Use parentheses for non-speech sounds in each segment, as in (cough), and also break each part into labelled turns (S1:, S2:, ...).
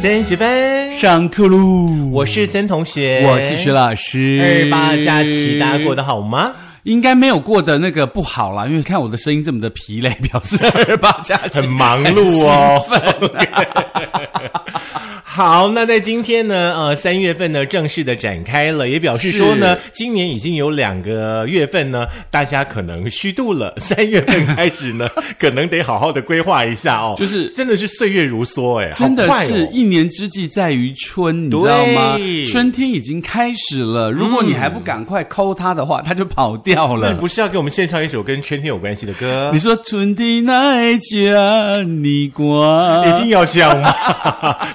S1: 三十分，
S2: 上课喽！
S1: 我是森同学，
S2: 我是徐老师。
S1: 二八假期大家过得好吗？
S2: 应该没有过的那个不好啦，因为看我的声音这么的疲累，表示二八假期
S1: 很忙碌哦。 (laughs) 好，那在今天呢，呃，三月份呢正式的展开了，也表示说呢，今年已经有两个月份呢，大家可能虚度了。 (laughs) 三月份开始呢， (laughs) 可能得好好的规划一下哦。
S2: 就是
S1: 真的是岁月如梭哎，
S2: (laughs) 真的
S1: 好快
S2: 是
S1: 哦
S2: 一年之计在于春，你知道吗
S1: 对？
S2: 春天已经开始了，如果你还不赶快抠它的话，它就跑掉
S1: 那
S2: 了
S1: 你。不是要给我们献唱一首跟春天有关系的歌
S2: 你？说春天来家你
S1: 一
S2: 管，
S1: 定要这样
S2: (laughs)
S1: 吗？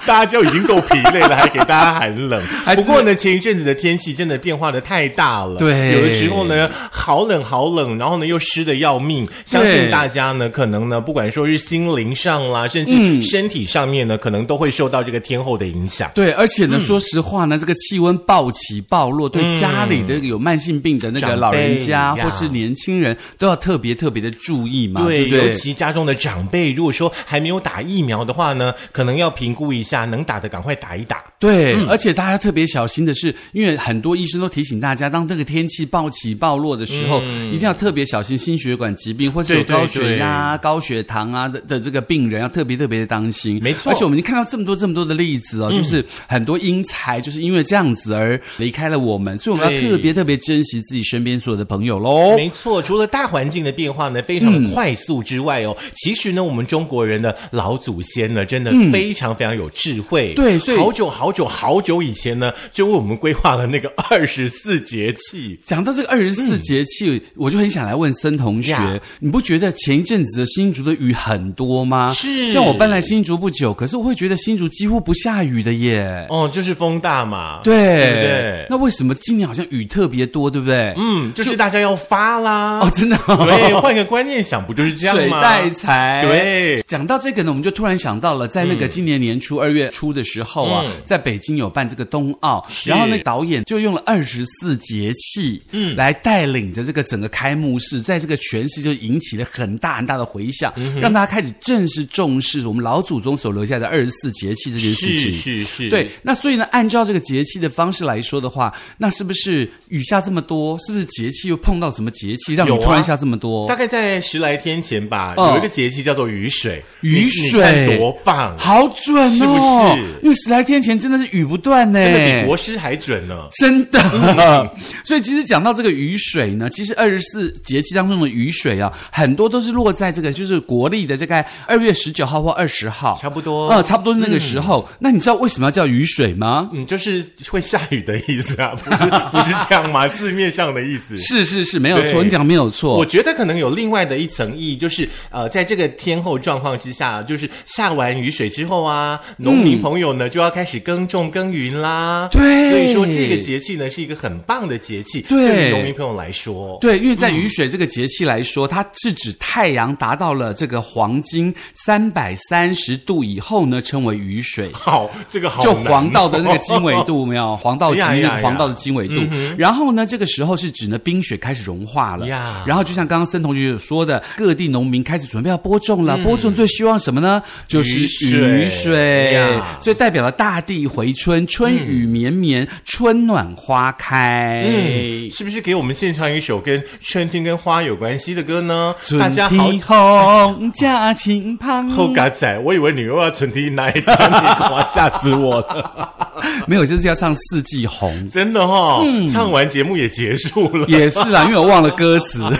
S1: 大家就已经够疲累了，还给大家寒冷
S2: 还。
S1: 不
S2: 是
S1: 过呢，前一阵子的天气真的变化的太大了，
S2: 对
S1: 有的时候呢好冷好冷，然后呢又湿的要命。相信大家呢，可能呢，不管说是心灵上啦，甚
S2: 嗯
S1: 至身体上面呢，可能都会受到这个天候的影响。
S2: 对，而且呢，
S1: 嗯
S2: 说实话呢，这个气温暴起暴落，对家里的有慢性病的那个
S1: 长辈
S2: 老人家
S1: 呀
S2: 或是年轻人，都要特别特别的注意嘛，对不
S1: 尤
S2: 对？
S1: 其家中的长辈，如果说还没有打疫苗的话呢，可能要评估一下，能打的赶快打一打。
S2: 对，
S1: 嗯
S2: 而且大家特别小心的是，因为很多医生都提醒大家，当这个天气暴起暴落的时候，一定要特别小心心血管疾病或是有
S1: 嗯对对
S2: 高血压、高血糖啊的的这个病人，要特别特别的当心。
S1: 没错嗯
S2: 而且我们已经看到这么多这么多的例子哦，就是很多英才就是因为这样子而离开了我们，所以我们要
S1: 对
S2: 特别特别珍惜自己身边所有的朋友喽。
S1: 没错，除了大环境的变化呢非常的快速之外哦，
S2: 嗯
S1: 其实呢，我们中国人的老祖先呢，真的非常非常有智慧。
S2: 嗯对所以
S1: 好久好久好久以前呢，就为我们规划了那个二十四节气。
S2: 讲到这个二十四节气，我就很想来问森同学
S1: 嗯呀
S2: 你不觉得前一阵子的新竹的雨很多吗？
S1: 是
S2: 像我搬来新竹不久，可是我会觉得新竹几乎不下雨的耶。
S1: 哦，就是风大嘛，
S2: 对，
S1: 对不对？
S2: 那为什么今年好像雨特别多，对不对？
S1: 嗯，就是大家要发啦。
S2: 哦，真的、哦，
S1: 对，换个观念想，不就是这样
S2: 水
S1: 吗？
S2: 带财。
S1: 对，
S2: 讲到这个呢，我们就突然想到了，在那个今年年初二月初的时候啊，
S1: 嗯
S2: 在北京有办这个冬奥，
S1: 是
S2: 然后那导演就用了二十四节气，嗯，来带领着这个整个开幕式，在这个全市就引起了很大很大的回响，
S1: 嗯
S2: 让大家开始正式重视我们老祖宗所留下的二十四节气这件事
S1: 是
S2: 情。
S1: 是是，
S2: 对，那所以呢，按照这个节气的方式来说的话，那是不是雨下这么多？是不是节气又碰到什么节气，让你
S1: 有啊
S2: 突然下这么多？
S1: 大概在十来天前吧，
S2: 哦
S1: 有一个节气叫做雨水，
S2: 雨
S1: 你
S2: 水
S1: 你看多棒！
S2: 好准哦！
S1: 嗯是不是
S2: 因为十来天前真的是雨不断呢，
S1: 真的比国嗯师还准呢。
S2: 真的。 (laughs) 所以其实讲到这个雨水呢，其实二十四节气当中的雨水啊，很多都是落在这个就是国历的大概二月十九号或二十号，
S1: 差不多
S2: 呃，差不多那个时候。那你知道为什么要叫雨水吗？
S1: 嗯，就是会下雨的意思啊， (laughs) 不是不是这样吗？字面上的意思。
S2: 是是是，没有错，
S1: 对
S2: 你讲没有错。
S1: 我觉得可能有另外的一层意义，就是呃，在这个天候状况之下，就是下完雨水之后啊，农民朋友呢、就要开始耕种耕耘啦。
S2: 对
S1: 所以说这个节气呢是一个很棒的节气，
S2: 对
S1: 对于农民朋友来说，
S2: 对，因为在雨水这个节气来说，它是指太阳达到了这个黄金三百三十度以后呢，称为雨水。
S1: 好，这个好
S2: 就
S1: 难
S2: 黄道的那个经纬度有
S1: (laughs)
S2: 没有？黄道经
S1: 呀
S2: 那个
S1: 呀呀嗯
S2: 黄道的经纬度。然后呢，这个时候是指呢冰雪开始融化了。
S1: 呀
S2: 然后就像刚刚森同学有说的，各地农民开始准备要播种了。播种最希望什么呢？就
S1: 嗯
S2: 是
S1: 雨水
S2: 雨水
S1: 呀
S2: 所以代表了大地回春，春雨绵绵，春暖花开。
S1: 嗯，是不是给我们献唱一首跟春天跟花有关系的歌呢？大
S2: 春
S1: 家好
S2: 天红，家晴旁。
S1: 后嘎仔，我以为你又要春天那一天，你哇，吓死我了！。
S2: 没有，就是要唱《四季红》
S1: (laughs) 真的哈、哦，唱完节目也结束 (laughs) 了。
S2: 也是啦，因为我忘了歌词。 (laughs)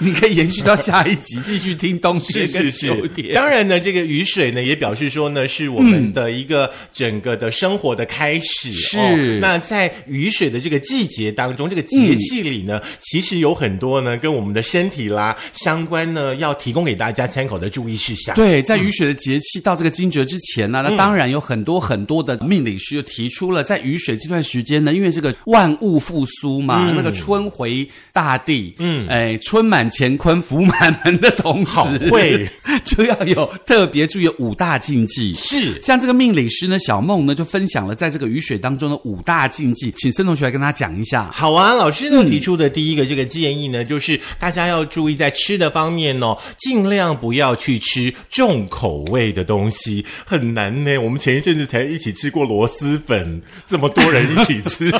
S2: 你可以延续到下一集，继续听冬
S1: 是
S2: 天
S1: 是
S2: 跟秋
S1: 是
S2: 天。，
S1: 当然呢，这个雨水呢，也表示说呢，是我们的一个整个的生活的开始。
S2: 是
S1: 哦、那在雨水的这个季节当中，这个节气里呢，其实有很多呢跟我们的身体啦相关呢，要提供给大家参考的注意事项。
S2: 对，在雨雪的节气到这个惊蛰之前呢、
S1: 嗯
S2: 那当然有很多很多的命理师就提出了，在雨雪这段时间呢，因为这个万物复苏嘛，那个春回大地，嗯，哎，春满满乾坤、福满门的同时，
S1: 好会
S2: (laughs) 就要有特别注意五大禁忌。
S1: 是
S2: 像这个命理师呢，小梦呢就分享了在这个雨水当中的五大禁忌，请申同学来跟大家讲一下。
S1: 好啊，老师呢提出的第一个这个建议呢，就是大家要注意在吃的方面哦，尽量不要去吃重口味的东西，很难呢。我们前一阵子才一起吃过螺蛳粉，这么多人一起吃，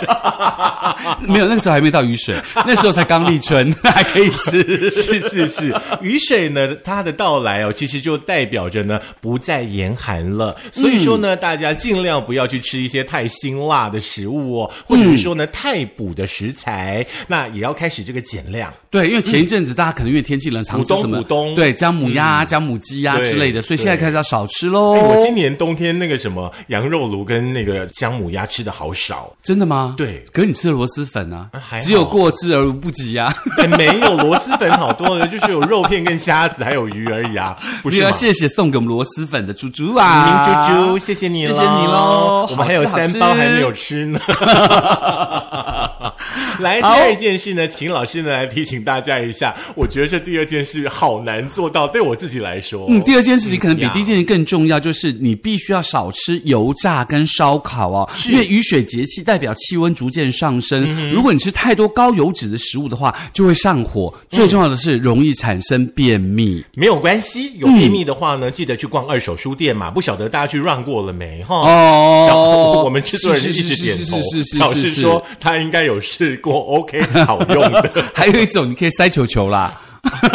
S2: 没有，那个时候还没到
S1: (laughs)
S2: 雨水，那时候才刚立春， (laughs) 还可以吃。
S1: 是是是，雨水呢，它的到来哦，其实就代表着呢不再严寒了。所以说呢，大家尽量不要去吃一些太辛辣的食物哦，或者是说呢、太补的食材，那也要开始这个减量。
S2: 对，因为前一阵子大家可能因为天气冷，常吃什么
S1: 股东股东嗯
S2: 对姜母鸭、啊、姜母鸡啊
S1: 对
S2: 之类的，所以现在
S1: 对
S2: 开始要少吃喽
S1: 哎，。我今年冬天那个什么羊肉炉跟那个姜母鸭吃的好少，
S2: 真的吗？
S1: 对
S2: 可是你吃了螺蛳粉啊
S1: 啊还，好
S2: 只有过之而无不及啊。
S1: 哎没有螺蛳粉好多了，就是有肉片跟虾子还有鱼而已啊，不
S2: 你
S1: 是
S2: 要
S1: 吗？
S2: 谢谢送给我们螺蛳粉的猪猪
S1: 明
S2: 啊，
S1: 猪猪，谢谢你
S2: 谢
S1: 了，
S2: 谢你喽。
S1: 我们还有三包还没有吃
S2: (laughs)
S1: 呢。来，第
S2: 好
S1: 二件事呢，请老师呢来提醒大家一下，我觉得这第二件事好难做到，对我自己来说，
S2: 嗯，第二件事情可能比
S1: 呀
S2: 第一件事更重要，就是你必须要少吃油炸跟烧烤哦，因为雨水节气代表气温逐渐上升，
S1: 嗯
S2: 如果你吃太多高油脂的食物的话，就会上火，
S1: 嗯
S2: 最重要的是容易产生便秘。
S1: 没有关系，有秘密的话呢，记得去逛二手书店嘛。不晓得大家去 run 过了没哈？
S2: 哦
S1: 小我们制作人
S2: 是
S1: 一
S2: 是
S1: 直
S2: 是
S1: 点
S2: 是
S1: 头
S2: 是是是，
S1: 老
S2: 是
S1: 师
S2: 是
S1: 说他应该有试
S2: (laughs)
S1: 过，OK，好用的，
S2: 还有一种你可以塞球球
S1: (laughs)
S2: 啦，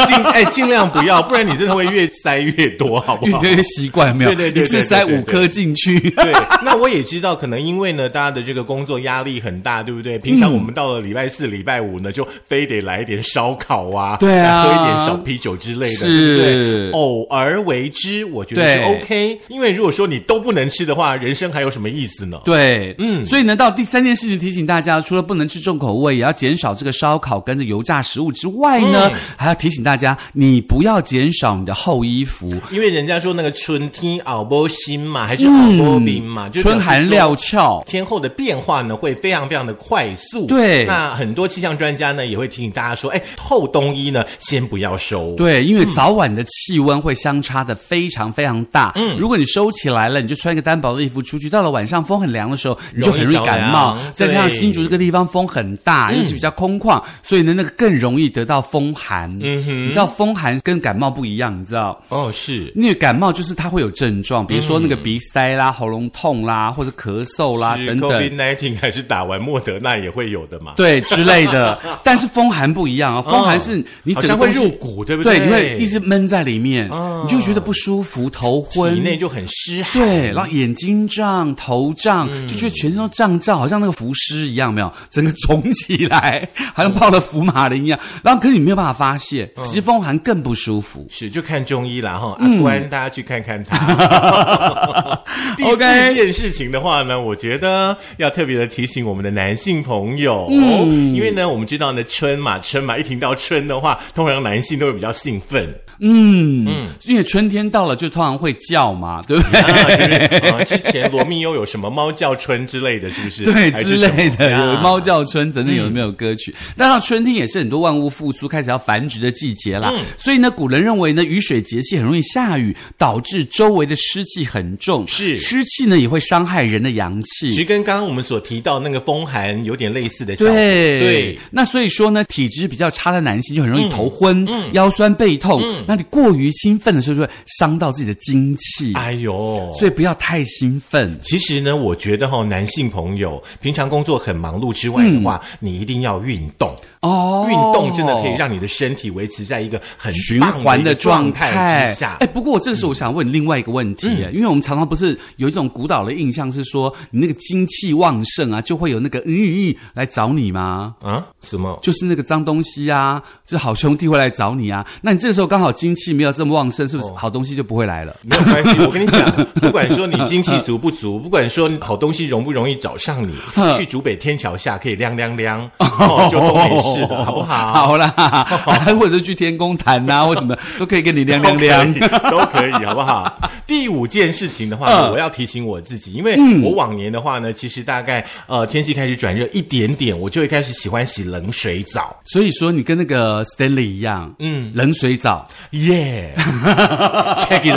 S1: 尽哎尽量不要，不然你真的会越塞越多，好不
S2: 越
S1: 好？
S2: 来越习惯有没有？
S1: 对对对对
S2: 一次塞
S1: 对对
S2: 五颗进去。
S1: 对，那我也知道，可能因为呢，大家的这个工作压力很大，对不对？平常我们到了礼拜四、礼拜五呢，就非得来一点烧烤啊，
S2: 对
S1: 来
S2: 啊
S1: 喝一点小啤酒之类的，
S2: 是
S1: 对不对？偶尔为之，我觉得是
S2: 对
S1: OK。因为如果说你都不能吃的话，人生还有什么意思呢？
S2: 对，嗯，所以呢，到第三件事情提醒大家，除了不能吃重口味，也要减少这个烧烤跟着油炸食物之外呢，还要提醒大家，你不要减少你的厚衣服，
S1: 因为人家说那个春天熬波心嘛，还是
S2: 嗯
S1: 熬波冰嘛，就
S2: 春寒料峭。
S1: 天后的变化呢，会非常非常的快速。
S2: 对
S1: 那很多气象专家呢，也会提醒大家说，哎，厚冬衣呢，先不要收。
S2: 对，因为早晚的气温会相差的非常非常大。嗯，如果你收起来了，你就穿一个单薄的衣服出去，到了晚上风很凉的时候，你就很容易感冒
S1: 容易着凉。
S2: 再加上
S1: 对
S2: 新竹这个地方风很大，又是比较空旷，所以呢，那个更容易得到风寒。嗯哼，你知道风寒跟感冒不一样，你知道？
S1: 哦，是。
S2: 因为感冒就是它会有症
S1: 嗯
S2: 状，比如说那个鼻塞啦、喉咙痛啦，或者咳嗽啦啊等等。
S1: ，COVID-19 还是打完莫德纳也会有的嘛？
S2: 对之类
S1: (laughs)
S2: 的，但是风寒不一样啊，风寒是你
S1: 嗯好像
S2: 整个
S1: 会
S2: 东西
S1: 入骨对不
S2: 对，
S1: 对嗯
S2: 你会一直闷在里面，你就会觉得不舒服、头
S1: 体
S2: 昏，
S1: 内就很湿寒。
S2: 对，然后眼睛胀、头胀，
S1: 嗯
S2: 就觉得全身都胀胀，好像那个浮尸一样，有没有，整个肿起来， (laughs) 好像泡了福马林一样。然后可是你没有办法发泄，
S1: 嗯
S2: 其实风寒更不舒服。
S1: 是，就看中医啦哈，
S2: 嗯
S1: 阿关、大家去看看他。第四
S2: OK
S1: 件事情的话呢，我觉得要特别的提醒我们的男性朋友，
S2: 嗯
S1: 因为呢，我们知道呢，春嘛，春嘛，一听到春的话，通常男性都会比较兴奋，嗯
S2: 因为春天到了就通常会叫嘛，对不对？
S1: 啊
S2: (laughs)
S1: 就是啊，之前罗密欧有什么猫叫春之类的，是不是？
S2: 对
S1: 还
S2: 之
S1: 是什么
S2: 类的，
S1: 呀嗯
S2: 有猫叫春等等，有没有歌曲？那到春天也是很多万物复苏、开始要繁殖的季节
S1: 嗯
S2: 啦。所以呢，古人认为呢，雨水节气很容易下雨，导致周围的湿气很重，
S1: 是
S2: 湿气呢也会伤害人的阳
S1: 其
S2: 气
S1: 实。跟刚刚我们所提到那个风寒有点类似的效果，
S2: 对
S1: 对，
S2: 那所以说呢，体质比较差的男性就很容易头
S1: 嗯
S2: 昏、腰酸背痛。那你过于兴奋的时候，就会伤到自己的精气，
S1: 哎呦，
S2: 所以不要太兴奋。
S1: 其实呢，我觉得哈、男性朋友平常工作很忙碌之外的话，
S2: 嗯
S1: 你一定要运动。
S2: 哦
S1: 运动真的可以让你的身体维持在一个很
S2: 循
S1: 棒的
S2: 环
S1: 一个
S2: 的状
S1: 态
S2: 态
S1: 之下嗯
S2: 哎，。不过我这个时候我想问另外一个问题，因为我们常常不是有一种古老的印象是说，你那个精气旺盛啊，就会有那个嗯嗯嗯来找你吗？
S1: 啊，什么？
S2: 就是那个脏东西啊，是好兄弟会来找你啊。那你这个时候刚好精气没有这么旺盛，是
S1: 哦
S2: 不是好东西就不会来了？
S1: 没有关系，我跟你
S2: (laughs)
S1: 讲，不管说你精气足不足，不管说
S2: (laughs) 嗯
S1: 好东西容不容易找上你，去竹北天桥下可以亮亮亮，哦，就都没事了，好不好？
S2: 好啦， (laughs) 或者是去天宫坛呐，或什么都可以跟你亮
S1: (laughs)
S2: 亮
S1: 哦
S2: 亮。
S1: 都可以，都可以，好不
S2: (laughs)
S1: 好？第五件事情的话，
S2: 嗯
S1: 我要提醒我自己，因为我往年的话呢，其实大概呃天气开始转热一点点，我就会开始喜欢洗冷水澡，
S2: 所以说，你跟那个 Stanley 一样，嗯，冷水澡， (laughs)
S1: 耶、yeah,，check it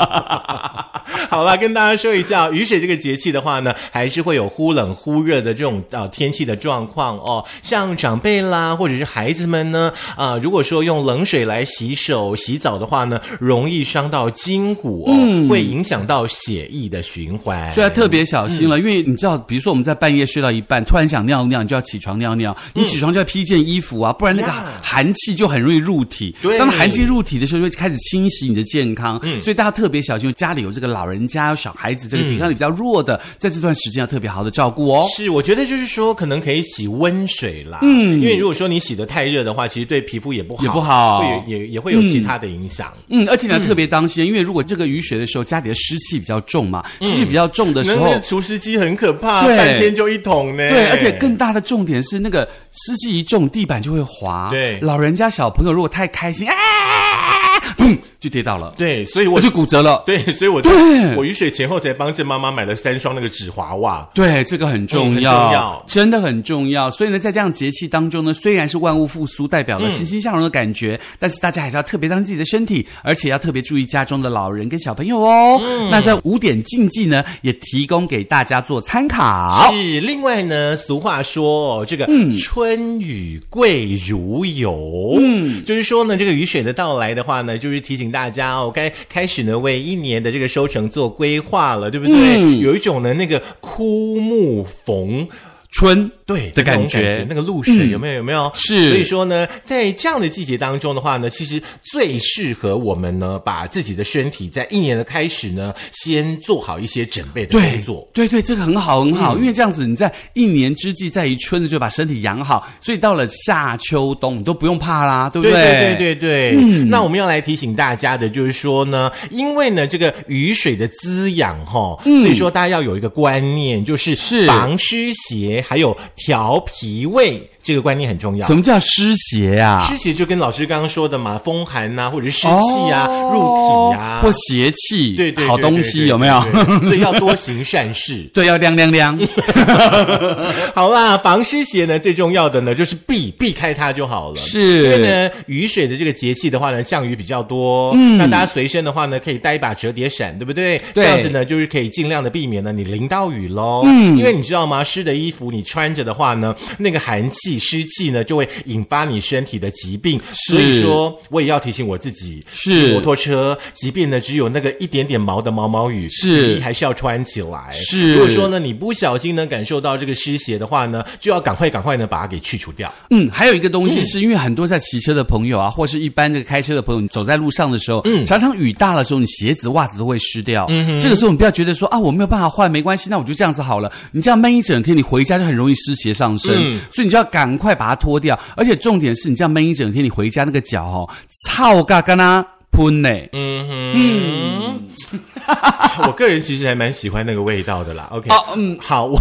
S1: out 。 (laughs) 好了，跟大家说一下，雨水这个节气的话呢，还是会有忽冷忽热的这种呃天气的状况哦。像长辈啦，或者是孩子们呢，啊、如果说用冷水来洗手、洗澡的话呢，容易伤到筋骨哦，会影响到血液的循环。
S2: 嗯所以要特别小心了，
S1: 嗯
S2: 因为你知道，比如说我们在半夜睡到一半，突然想尿尿，你就要起床尿尿，你起床就要披一件衣服啊，不然那个
S1: 嗯呀
S2: 寒气就很容易入体。
S1: 对嗯
S2: 当寒气入体的时候，就会开始侵袭你的健康，所以大家特别小心。家里有这个老人家、有小孩子，这个抵抗力比较弱的，在这段时间要特别好的照顾哦。
S1: 是，我觉得就是说，可能可以洗温水啦。嗯，因为如果说你洗的太热的话，其实对皮肤也不好，
S2: 也不好
S1: 会有也也会有其他的影响。
S2: 嗯，而且你要特别当心，因为如果这个雨雪的时候，家里的湿气比较重嘛，湿气比较重的时
S1: 嗯那
S2: 候
S1: 个，除湿机很可怕，
S2: 对
S1: 半天就一桶呢。
S2: 对，而且更大的重点是，那个湿气一重，地板就会滑。
S1: 对
S2: 老人家、小朋友如果太开心，啊，哎砰就跌倒了，
S1: 对，所以我
S2: 我
S1: 就
S2: 就骨折了。
S1: 对，所以我就
S2: 对
S1: 我雨水前后才帮郑妈妈买了三双那个纸滑袜。
S2: 对，这个很重
S1: 嗯
S2: 要，
S1: 很重要
S2: 真的很重要。所以呢，在这样节气当中呢，虽然是万物复苏，代表
S1: 嗯
S2: 了欣欣向荣的感觉，但是大家还是要特别当心自己的身体，而且要特别注意家中的老人跟小朋友哦。
S1: 嗯
S2: 那这五点禁忌呢，也提供给大家做参考。
S1: 是，另外呢，俗话说、哦、这个“
S2: 嗯
S1: 春雨贵如油”，嗯，就是说呢，这个雨水的到来的话呢，就是提醒大家哦，该开始呢为一年的这个收成做规划了，对不对？
S2: 嗯
S1: 有一种呢那个枯木逢。
S2: 春
S1: 对
S2: 的
S1: 那种
S2: 感觉嗯
S1: 那个露水有没有？有没有？
S2: 是
S1: 所以说呢，在这样的季节当中的话呢，其实最适合我们呢，把自己的身体在一年的开始呢，先做好一些准备的工作。嗯
S2: 对对，这个很好很好，因为这样子你在一年之计在于春的时候把身体养好，所以到了夏秋冬你都不用怕啦，对不
S1: 对
S2: 对嗯
S1: 对对对，那我们要来提醒大家的就是说呢，因为呢这个雨水的滋养哈、
S2: 嗯
S1: 所以说大家要有一个观念，就是
S2: 是
S1: 防湿邪，还有调脾胃，这个观念很重要
S2: 什。么叫湿邪啊？
S1: 湿邪就跟老师刚刚说的嘛，风寒呐、或者是湿气啊、入体啊，
S2: 哦或邪气，
S1: 对对对
S2: 好东
S1: 对
S2: 西
S1: 对
S2: 有没有？
S1: 对对对所以要多行善事
S2: (laughs) 。对，要亮亮
S1: (laughs)
S2: 亮。
S1: 好啦，防湿邪呢，最重要的呢就是避避开它就好了。
S2: 是
S1: 因为呢，雨水的这个节气的话呢，降雨比较多，嗯，那大家随身的话呢，可以带一把折叠伞，对不对？这
S2: 对
S1: 样子呢，就是可以尽量的避免呢你淋到雨喽。嗯，因为你知道吗？湿的衣服你穿着的话呢，那个寒气、湿气呢，就会引发你身体的疾病。
S2: 是
S1: 所以说，我也要提醒我自己，
S2: 是
S1: 骑摩托车，即便呢只有那个一点点毛的毛毛雨，
S2: 是
S1: 你还是要穿起来。
S2: 是
S1: 如果说呢，你不小心呢感受到这个湿邪的话呢，就要赶快赶快呢把它给去除掉。
S2: 嗯，还有一个东西是因为很多在骑车的朋友啊，或是一般这个开车的朋友，你走在路上的时候，
S1: 嗯
S2: 常常雨大的时候，你鞋子、袜子都会湿掉。这个时候你不要觉得说啊，我没有办法换，没关系，那我就这样子好了。你这样闷一整天，你回家就很容易湿鞋上身，
S1: 嗯
S2: 所以你就要赶快把它脱掉。而且重点是你这样闷一整天，你回家那个脚哦，操嘎嘎啦喷呢、
S1: 嗯
S2: 嗯
S1: 哼， (laughs) 我个人其实还蛮喜欢那个味道的啦。OK，、
S2: 哦嗯
S1: 好，我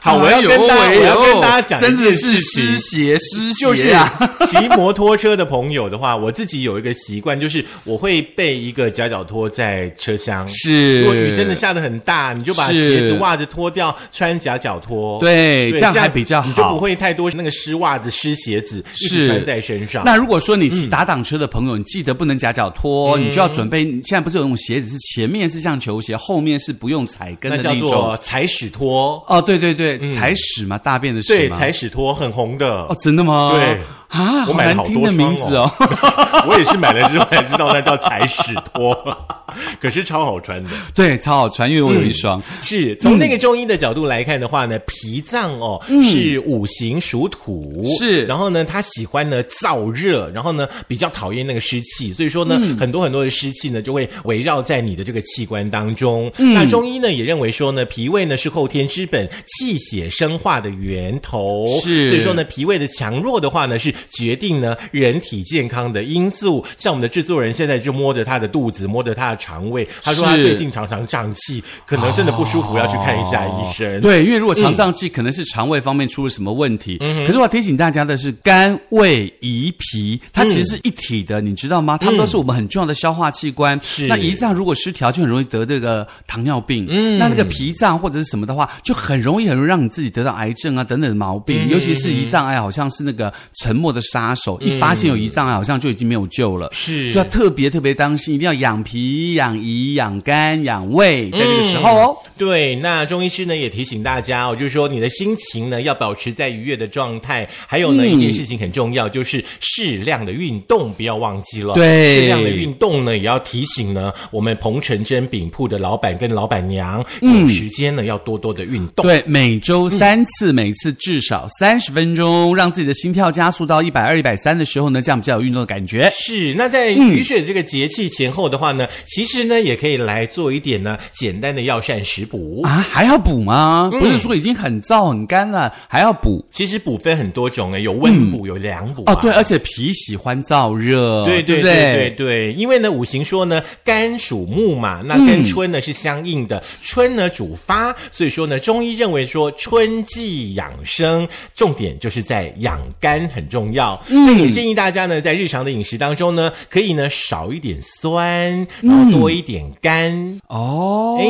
S1: 好，我要跟大家，
S2: 哎呦
S1: 我要跟大家讲
S2: 真
S1: 一
S2: 的
S1: 件事
S2: 是湿
S1: 情。
S2: 鞋湿
S1: 就
S2: 鞋
S1: 是
S2: 啊！
S1: 骑摩托车的朋友的话，我自己有一个习惯，就是我会备一个夹脚拖在车厢。
S2: 是
S1: 如果雨真的下的很大，你就把
S2: 是
S1: 鞋子、袜子脱掉，穿夹脚拖。
S2: 对这样还比较好
S1: 你就不会太多那个湿袜子、湿鞋子一直
S2: 是
S1: 穿在身上。嗯
S2: 那如果说你骑打挡车的朋友，你记得不能夹脚拖，你就要准备。现在不是有那种鞋子是前面是像球鞋，后面是不用踩跟
S1: 那
S2: 的
S1: 叫
S2: 那种
S1: 做。踩屎拖，
S2: 哦，对对对，踩屎嘛，大便的屎
S1: 对，
S2: 嘛。
S1: 踩屎拖很红的
S2: 哦，。真的吗？
S1: 对
S2: 啊，
S1: 我买了
S2: 难
S1: 好
S2: 听
S1: 多
S2: 的
S1: 双
S2: 名字哦。
S1: (laughs) 我也是买了之后才知道那叫踩屎拖， (laughs) 可是超好穿的。
S2: (laughs) 对，超好穿，因为我
S1: 嗯
S2: 有一双。
S1: 是从那个中医的角度来看的话呢，脾脏哦、是五行属土，
S2: 是
S1: 然后呢，它喜欢呢燥热，然后呢比较讨厌那个湿气，所以说呢，很多很多的湿气呢就会围绕在你的这个器官当中。那中医呢也认为说呢，脾胃呢是后天之本，气血生化的源头，
S2: 是
S1: 所以说呢，脾胃的强弱的话呢，是决定呢人体健康的因素。像我们的制作人现在就摸着他的肚子，摸着他的肠胃，他说他
S2: 是
S1: 最近常常胀气，可能真的不舒服，要去看一下医生。
S2: 对，因为
S1: 嗯
S2: 如果肠胀气，可能是肠胃方面出了什么问题。可是我要提醒大家的是，肝、胃、胰、脾，它其实是一体的，你知道吗？它们都是我们很重要的消化器官。
S1: 嗯是
S2: 那胰脏如果失调，就很容易得这个糖尿病。嗯，那那个脾脏或者是什么的话，就很容易很容易让你自己得到癌症啊等等的毛
S1: 嗯
S2: 病。尤其是胰脏癌，好像是那个沉默的杀手，一发现有胰脏癌，啊好像就已经没有救了。
S1: 是
S2: 所以要特别特别当心，一定要养脾、养胰、养肝、养胃，在这个时候哦。
S1: 对，那中医师呢也提醒大家哦，就是说你的心情呢要保持在愉悦的状态，还有
S2: 嗯
S1: 呢、一件事情很重要，就是适量的运动，不要忘记了。
S2: 对
S1: 适量的运动呢也要提醒呢我们彭城真饼铺的老板跟老板娘，有
S2: 嗯
S1: 时间呢要多多的运动。
S2: 对，每周三次，每次至少三十分钟，让自己的心跳加速到一百二、一百三的时候呢，这样比较有运动的感觉。
S1: 是，那在
S2: 嗯
S1: 雨水这个节气前后的话呢，其实呢也可以来做一点呢简单的药膳食补。
S2: 啊，还要补吗？
S1: 嗯
S2: 不是说已经很燥很干了，还要补？
S1: 其实补分很多种诶，有温补，有凉补、啊。
S2: 哦，对，而且脾喜欢燥热，
S1: 对
S2: 对
S1: 对
S2: 不
S1: 对对对，因为呢，五行说呢，肝属木嘛，
S2: 嗯
S1: 那跟春呢是相应的，春呢主发，所以说呢，中医认为说春季养生，重点就是在养肝很重要。
S2: 嗯
S1: 那也建议大家呢，在日常的饮食当中呢，可以呢少一点酸，然
S2: 嗯
S1: 后多一点甘。
S2: 哦，
S1: 哎，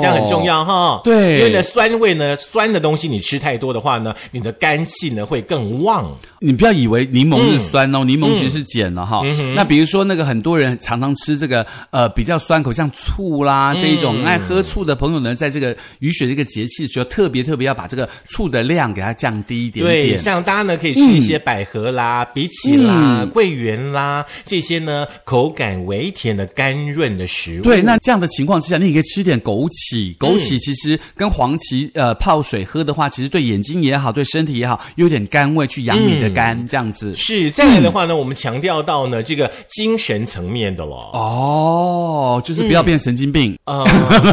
S1: 这样很重。要哈。
S2: 对
S1: 因为呢，酸味呢，酸的东西你吃太多的话呢，你的肝气呢会更旺。
S2: 你不要以为柠檬
S1: 嗯
S2: 是酸哦，柠檬其实是碱了哈。那比如说那个很多人常常吃这个呃比较酸口，像醋啦
S1: 嗯
S2: 这一种爱喝醋的朋友呢，在这个雨雪这个节气的时候，特别特别要把这个醋的量给它降低一点
S1: 对，
S2: 点。
S1: 像大家呢可以吃一些百合啦、荸荠啦、桂圆啦嗯这些呢口感微甜的甘润的食物。
S2: 对，那这样的情况之下，你也可以吃点枸杞。枸杞其实跟黄芪呃泡水喝的话，其实对眼睛也好，对身体也好，有点甘味去养你的肝，这样子。
S1: 是再来的话呢，我们强调到呢这个精神层面的咯。
S2: 哦，就是不要变神经病。
S1: 啊、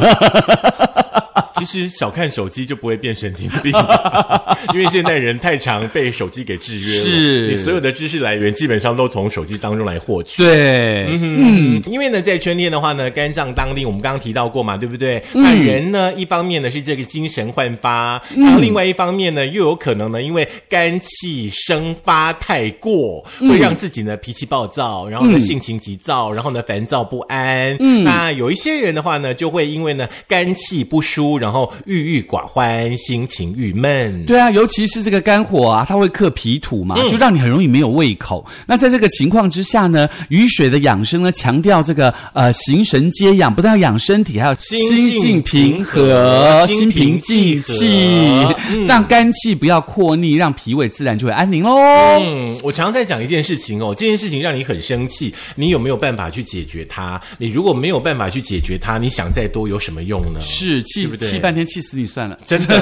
S1: (laughs) 其实少看手机就不会变神经病， (laughs) 因为现在人太常被手机给制约了。
S2: 是
S1: 你所有的知识来源基本上都从手机当中来获取。
S2: 对，
S1: 嗯，因为呢，在春天的话呢，肝脏当令，我们刚刚提到过嘛，对不对？那人呢，一方面呢是这个精神焕发，然后另外一方面呢，又有可能呢，因为肝气生发太过，会让自己呢脾气暴躁，然后呢性情急躁，然后呢烦躁不安。嗯，那有一些人的话呢，就会因为呢肝气不舒，然后郁郁寡欢，心情郁闷。
S2: 对啊，尤其是这个肝火啊，它会克脾土
S1: 嗯
S2: 嘛，就让你很容易没有胃口。那在这个情况之下呢，雨水的养生呢，强调这个呃形神皆养，不但要养身体，还要
S1: 心境
S2: 平
S1: 平和
S2: 心平气
S1: 心平
S2: 嗯
S1: 气和
S2: 让肝气不要扩逆，让脾胃自然就会安宁喽。
S1: 嗯，我常常在讲一件事情哦，这件事情让你很生气，你有没有办法去解决它？你如果没有办法去解决它，你想再多有什么用呢？
S2: 是气
S1: 对不对
S2: 气半天，气死你算了，
S1: 真的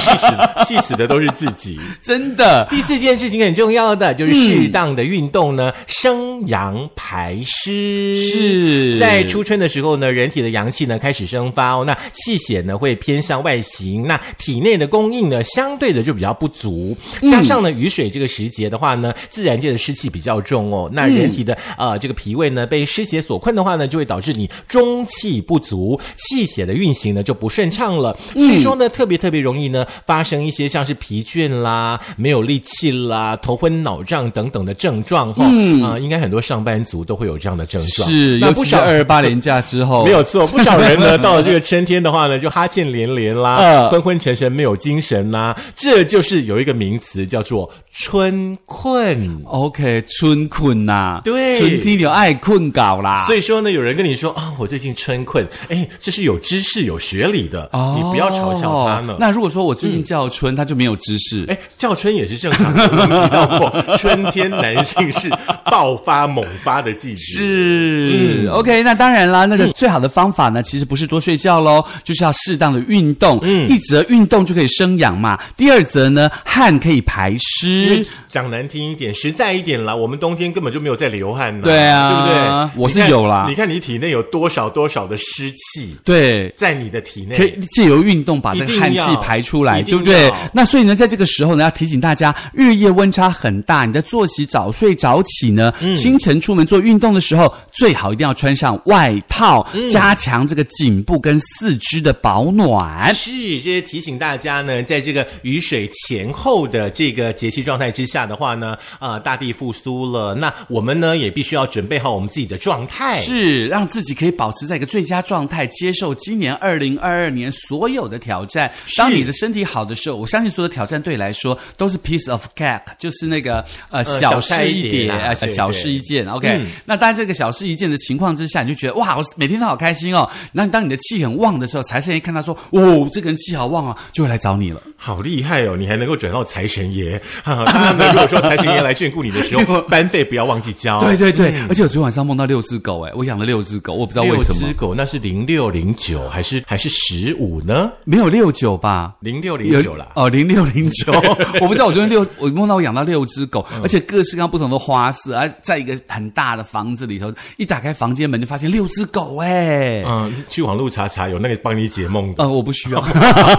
S1: 气死 (laughs) 气死的都是自己。
S2: 真的。
S1: 第四件事情很重要的就是适当的运动呢，生阳排湿。
S2: 是
S1: 在初春的时候呢，人体的阳气呢开始生发哦，那气血呢会偏向外行，那体内的供应呢相对的就比较不足，
S2: 嗯
S1: 加上呢雨水这个时节的话呢，自然界的湿气比较重哦，那人体的、呃这个脾胃呢被湿邪所困的话呢，就会导致你中气不足，气血的运行呢就不顺畅了，所
S2: 嗯
S1: 以说呢特别特别容易呢发生一些像是疲倦啦、没有力气啦、头昏脑胀等等的症状哈、哦，啊、应该很多上班族都会有这样的症状，
S2: 嗯是，
S1: 那
S2: 尤
S1: 不
S2: 其是
S1: 少
S2: 二二八连假之后，
S1: 没有错，不少人呢，到了这个春天的话呢，就哈欠连连啦
S2: 嗯，
S1: 昏昏沉沉，没有精神啦，这就是有一个名词叫做春困。
S2: OK，春困呐、
S1: 对
S2: 春天就爱困搞啦。
S1: 所以说呢，有人跟你说啊、我最近春困，哎，这是有知识、有学理的，
S2: 哦
S1: 你不要嘲笑他呢。
S2: 那如果说我最近叫春，他就没有知识。
S1: 哎，叫春也是正常的，我们提到过，春天男性是爆发猛发的季节。
S2: 是、OK，那嗯当然啦，那个最好的方法呢，其实不是多睡觉喽，就是要适当的运动。嗯，一则运动就可以生养嘛，第二则呢，汗可以排
S1: 因
S2: 湿
S1: 为。讲难听一点，实在一点啦，我们冬天根本就没有在流汗呢，
S2: 对啊
S1: 对不对？
S2: 我是
S1: 你看
S2: 有啦
S1: 你看你体内有多少多少的湿气
S2: 对，
S1: 在你的体内
S2: 可，以借由运动把这个汗气排出来，
S1: 一
S2: 对
S1: 定要
S2: 不对
S1: 一定要？
S2: 那所以。所以呢，在这个时候呢，要提醒大家，日夜温差很大，你的作息早睡早起呢，
S1: 嗯
S2: 清晨出门做运动的时候，最好一定要穿上外套，
S1: 嗯
S2: 加强这个颈部跟四肢的保暖。
S1: 是，这些提醒大家呢，在这个雨水前后的这个节气状态之下的话呢，啊、大地复苏了，那我们呢也必须要准备好我们自己的状态。
S2: 是让自己可以保持在一个最佳状态，接受今年二零二二年所有的挑战。当你的身体好的时候，我相信所有的挑战对你来说都是 piece of cake，就是那个呃
S1: 小
S2: 小
S1: 菜
S2: 事一
S1: 一碟
S2: 碟，
S1: 啦
S2: 呃
S1: 对
S2: 小
S1: 对
S2: 事一件。OK，、
S1: 嗯
S2: 那当然这个小事一件的情况之下，你就觉得哇，我每天都好开心哦。那当你的气很旺的时候，财神爷看到说，哦，这个人气好旺啊，就会来找你了。
S1: 好厉害哦！你还能够转到财神爷，哈、哈，当然
S2: (laughs)
S1: 呢，如果说财神爷来眷顾你的时候，班费不要忘记交。
S2: 对对对，而且我昨天晚上梦到六只狗，哎，我养了六只狗，我不知道为
S1: 嗯六
S2: 什么
S1: 只狗那是零六零九还是还是十五呢？
S2: 没有六九吧。
S1: 零六零九啦。
S2: 哦，零六
S1: (laughs)
S2: 零九，我不知道，我昨天六，我梦到我养到六只狗，
S1: 嗯
S2: 而且各式各样不同的花色，而在一个很大的房子里头，一打开房间门就发现六只狗、哎、
S1: 嗯，去网络查查，有那个帮你解梦的。
S2: 呃，我
S1: (laughs)
S2: 不需要。 (laughs)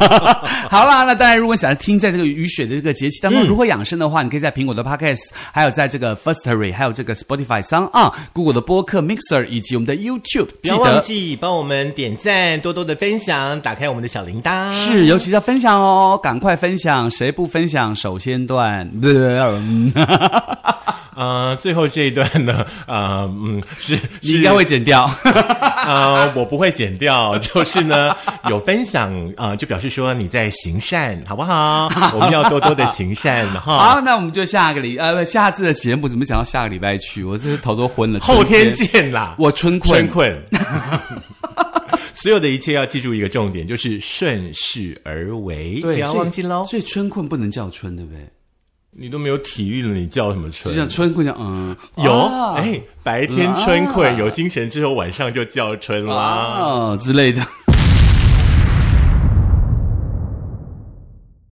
S2: 好啦，那当然，如果想要听在这个雨水的这个节气当
S1: 嗯
S2: 中如何养生的话，你可以在苹果的 Podcast，还有在这个 Firstory，还有这个 Spotify 上啊，Google 的播客 Mixer，以及我们的 YouTube，
S1: 不
S2: 记
S1: 要忘
S2: 得。
S1: 记帮我们点赞，多多的分享，打开我们的小铃铛。
S2: 是，尤其是要分享哦，赶快分享，谁不分享首
S1: (laughs)
S2: 先断。嗯
S1: 呃，最后这一段呢， (laughs) 呃，嗯，是
S2: 你应该会剪掉。
S1: 呃，我不会剪掉，就是呢， (laughs) 有分享啊、呃就表示说你在行善，好不
S2: (laughs)
S1: 好？我们要多多的行善哈。
S2: 好，那我们就下个礼呃，不下次的节目怎么讲到下个礼拜去？我真是头都昏了。
S1: 后天
S2: 春
S1: 见啦，
S2: 我春困
S1: 春。困。 (laughs) 所有的一切要记住一个重点，就是顺势而为，不
S2: 对，
S1: 要
S2: 所以
S1: 忘记喽。
S2: 所以春困不能叫春，对不对？
S1: 你都没有体育了，你叫什么
S2: 就
S1: 春？
S2: 像春困叫嗯，
S1: 有哎
S2: 啊
S1: 哎，白天春困，有精神之后晚上就叫春啦。
S2: 啊之类的。